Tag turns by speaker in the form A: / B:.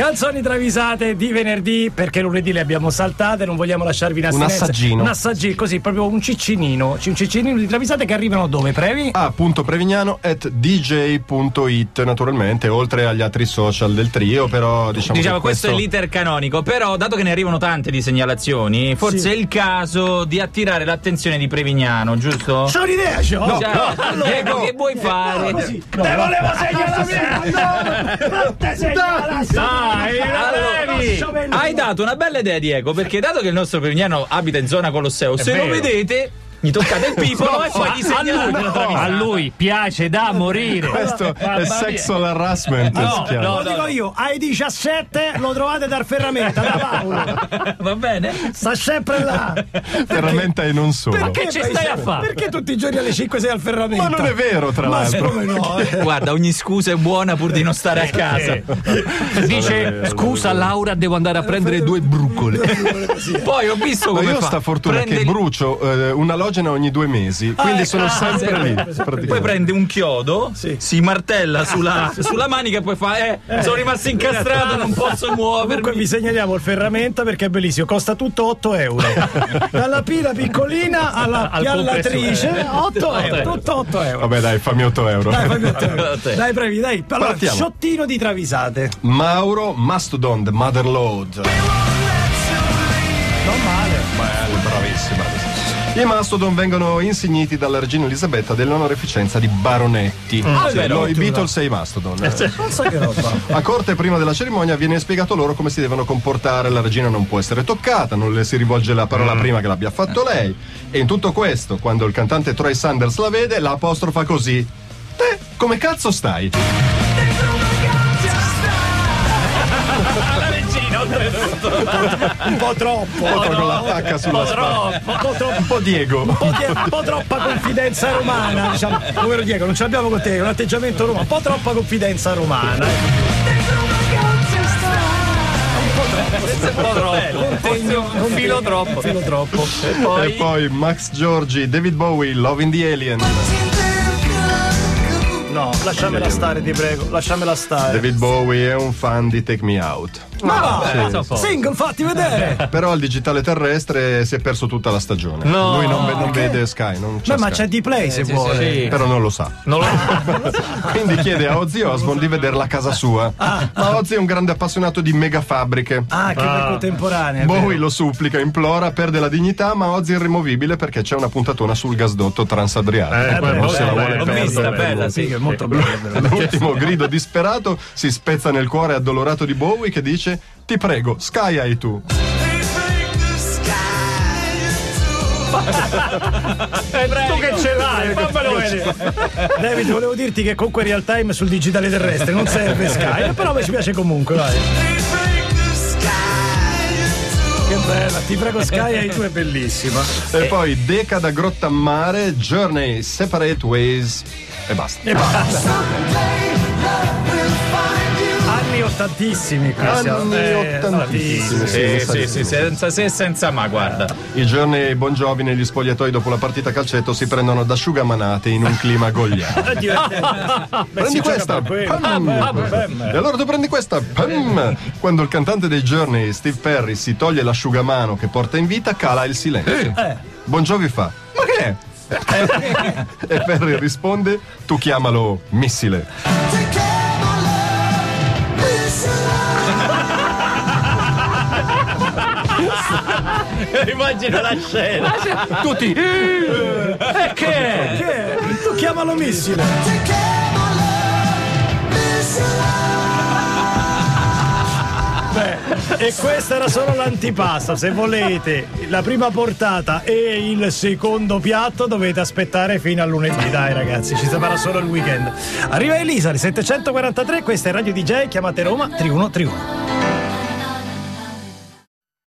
A: Canzoni travisate di venerdì perché lunedì le abbiamo saltate, non vogliamo lasciarvi in astinenza.
B: assaggino.
A: Un assaggino, così, proprio un ciccinino. C- Un ciccinino di travisate che arrivano dove,
C: Ah.
A: Previ?
B: a.prevignano at dj.it naturalmente oltre agli altri social del trio però diciamo,
D: Diciamo,
B: che
D: questo,
B: questo,
D: è l'iter canonico, però dato che ne arrivano tante di segnalazioni, forse
A: Sì.
D: è il caso di attirare l'attenzione di Prevignano, giusto?
A: C'ho un'idea, c'ho!
D: No, Diego, che vuoi fare?
A: Te volevo segnalare! Non te segnalare! Dai,
D: Allora, hai dato una bella idea, Diego, perché dato che il nostro Prevignano abita in zona Colosseo, se
A: vero.
D: lo vedete, gli toccate il pipolo e poi gli segnalate. la
C: A
D: travisata.
C: lui piace da morire.
B: questo è sexual harassment si chiama.
A: Lo dico io, ai 17 lo trovate dal Ferramenta, da Paolo.
D: Va bene?
A: Sta sempre là.
B: veramente e non solo
A: Perché
C: ci
A: poi
C: stai
A: se-
C: a fa?
A: Perché tutti i giorni alle 5 sei al Ferramenta?
B: ma non è vero tra
A: Ma
B: l'altro
A: come no? eh?
D: Guarda, ogni scusa è buona pur di non stare a casa.
C: Dice: Scusa, Laura, devo andare a prendere due brucole.
D: Poi ho visto
B: Ma
D: come
B: io ho
D: fa.
B: sta fortuna
D: Prende
B: che
D: il-
B: brucio eh, un alogeno ogni due mesi quindi
A: ecco,
B: sono
A: ah,
B: sempre
A: sì,
B: lì
A: sempre, sempre.
B: praticamente.
D: Poi prende un chiodo,
A: Sì.
D: si martella sulla, sulla manica e poi fa: Eh, sono rimasto incastrato, non posso
A: Comunque
D: muovermi.
A: vi segnaliamo il ferramenta perché è bellissimo, costa tutto 8 euro. Dalla pila piccolina alla
C: Al
A: piallatrice, 8 euro, tutto 8 euro.
B: vabbè dai fammi 8 euro
A: Dai, fammi otto euro.
D: Te.
A: dai, previ, dai. Allora,
B: Partiamo.
A: sciottino di travisate.
B: Mauro Mastodon the Motherlode
A: Non male.
B: Bello, bravissimo, bravissimo. I Mastodon vengono insigniti dalla regina Elisabetta dell'onoreficenza di baronetti. Sì,
D: vero,
B: no, I Beatles e i Mastodon.
A: Non so che roba.
B: A corte prima della cerimonia viene spiegato loro come si devono comportare, la regina non può essere toccata, non le si rivolge la parola prima che l'abbia fatto lei. E in tutto questo, quando il cantante Troy Sanders la vede, la apostrofa così. Te, come cazzo stai?
A: Un po' troppo.
B: Un po' con la tacca sulla spalla.
A: Un po' troppo.
B: Un po' Diego.
A: Un po' di- un po' troppa confidenza romana, diciamo. Povero Diego, non ce l'abbiamo con te, è un atteggiamento romano, un po' troppa confidenza romana. eh. Contegno, un filo troppo. Filo troppo.
B: E poi Max Giorgi, David Bowie, Loving the Alien.
A: No, lasciamela stare, ti prego, lasciamela stare.
B: David Bowie è un fan di Take Me Out.
A: Ma va, single, fatti vedere.
B: Però al digitale terrestre si è perso tutta la stagione. Lui non, ve- non vede Sky, non c'è
A: Beh, ma
B: Sky.
A: c'è di play se vuole.
B: Però non lo sa. Quindi chiede a Ozzy Osbourne di vederla a casa sua. Ma Ozzy è un grande appassionato di megafabbriche.
A: Ah, che ah. contemporanea. è
B: Bowie
A: vero.
B: lo supplica, implora, perde la dignità, ma Ozzy è irrimovibile perché c'è una puntatona sul gasdotto
A: Eh,
B: transadriatico. non se la vuole
D: L'ho
B: perdere.
D: vista,
B: per
D: bella,
B: nulla.
D: sì.
A: Figa, è molto bello.
B: L'ultimo grido disperato si spezza nel cuore addolorato di Bowie che dice: Ti prego, Sky hai tu.
A: Tu che ce l'hai, fammelo vedere. David, volevo dirti che comunque real time sul digitale terrestre non serve Sky, eh, però mi ci piace comunque, dai. Che bella, ti prego Sky, hai tu è bellissima.
B: E poi Deca da Grotta a Mare, Journey, Separate Ways e basta.
A: E basta. Anni ottantissimi qui
B: Anni
A: siamo. Eh,
B: ottantissimi.
D: Sì, sì, sì, senza se e senza ma, guarda.
B: I Journey e i Bon Jovi negli spogliatoi dopo la partita calcetto si prendono da asciugamanate in un clima gogliato.
A: È divertente. eh, Beh,
B: Prendi
A: si gioca
B: questa!
A: per quello. Ah,
B: pam! E allora tu prendi questa! pam! Quando il cantante dei Journey, Steve Perry, si toglie l'asciugamano che porta in vita, cala il silenzio.
A: Eh.
B: Bon Jovi fa: Ma che è?
A: Eh.
B: e Perry risponde: Tu chiamalo missile.
D: Immagino la scena.
B: Tutti!
A: Che è? Tu chiamalo missile. E questa era solo l'antipasta. Se volete la prima portata e il secondo piatto dovete aspettare fino a lunedì. Dai ragazzi, ci sarà solo il weekend. Arriva Elisa, alle 743, questa è Radio DJ, chiamate Roma 3131.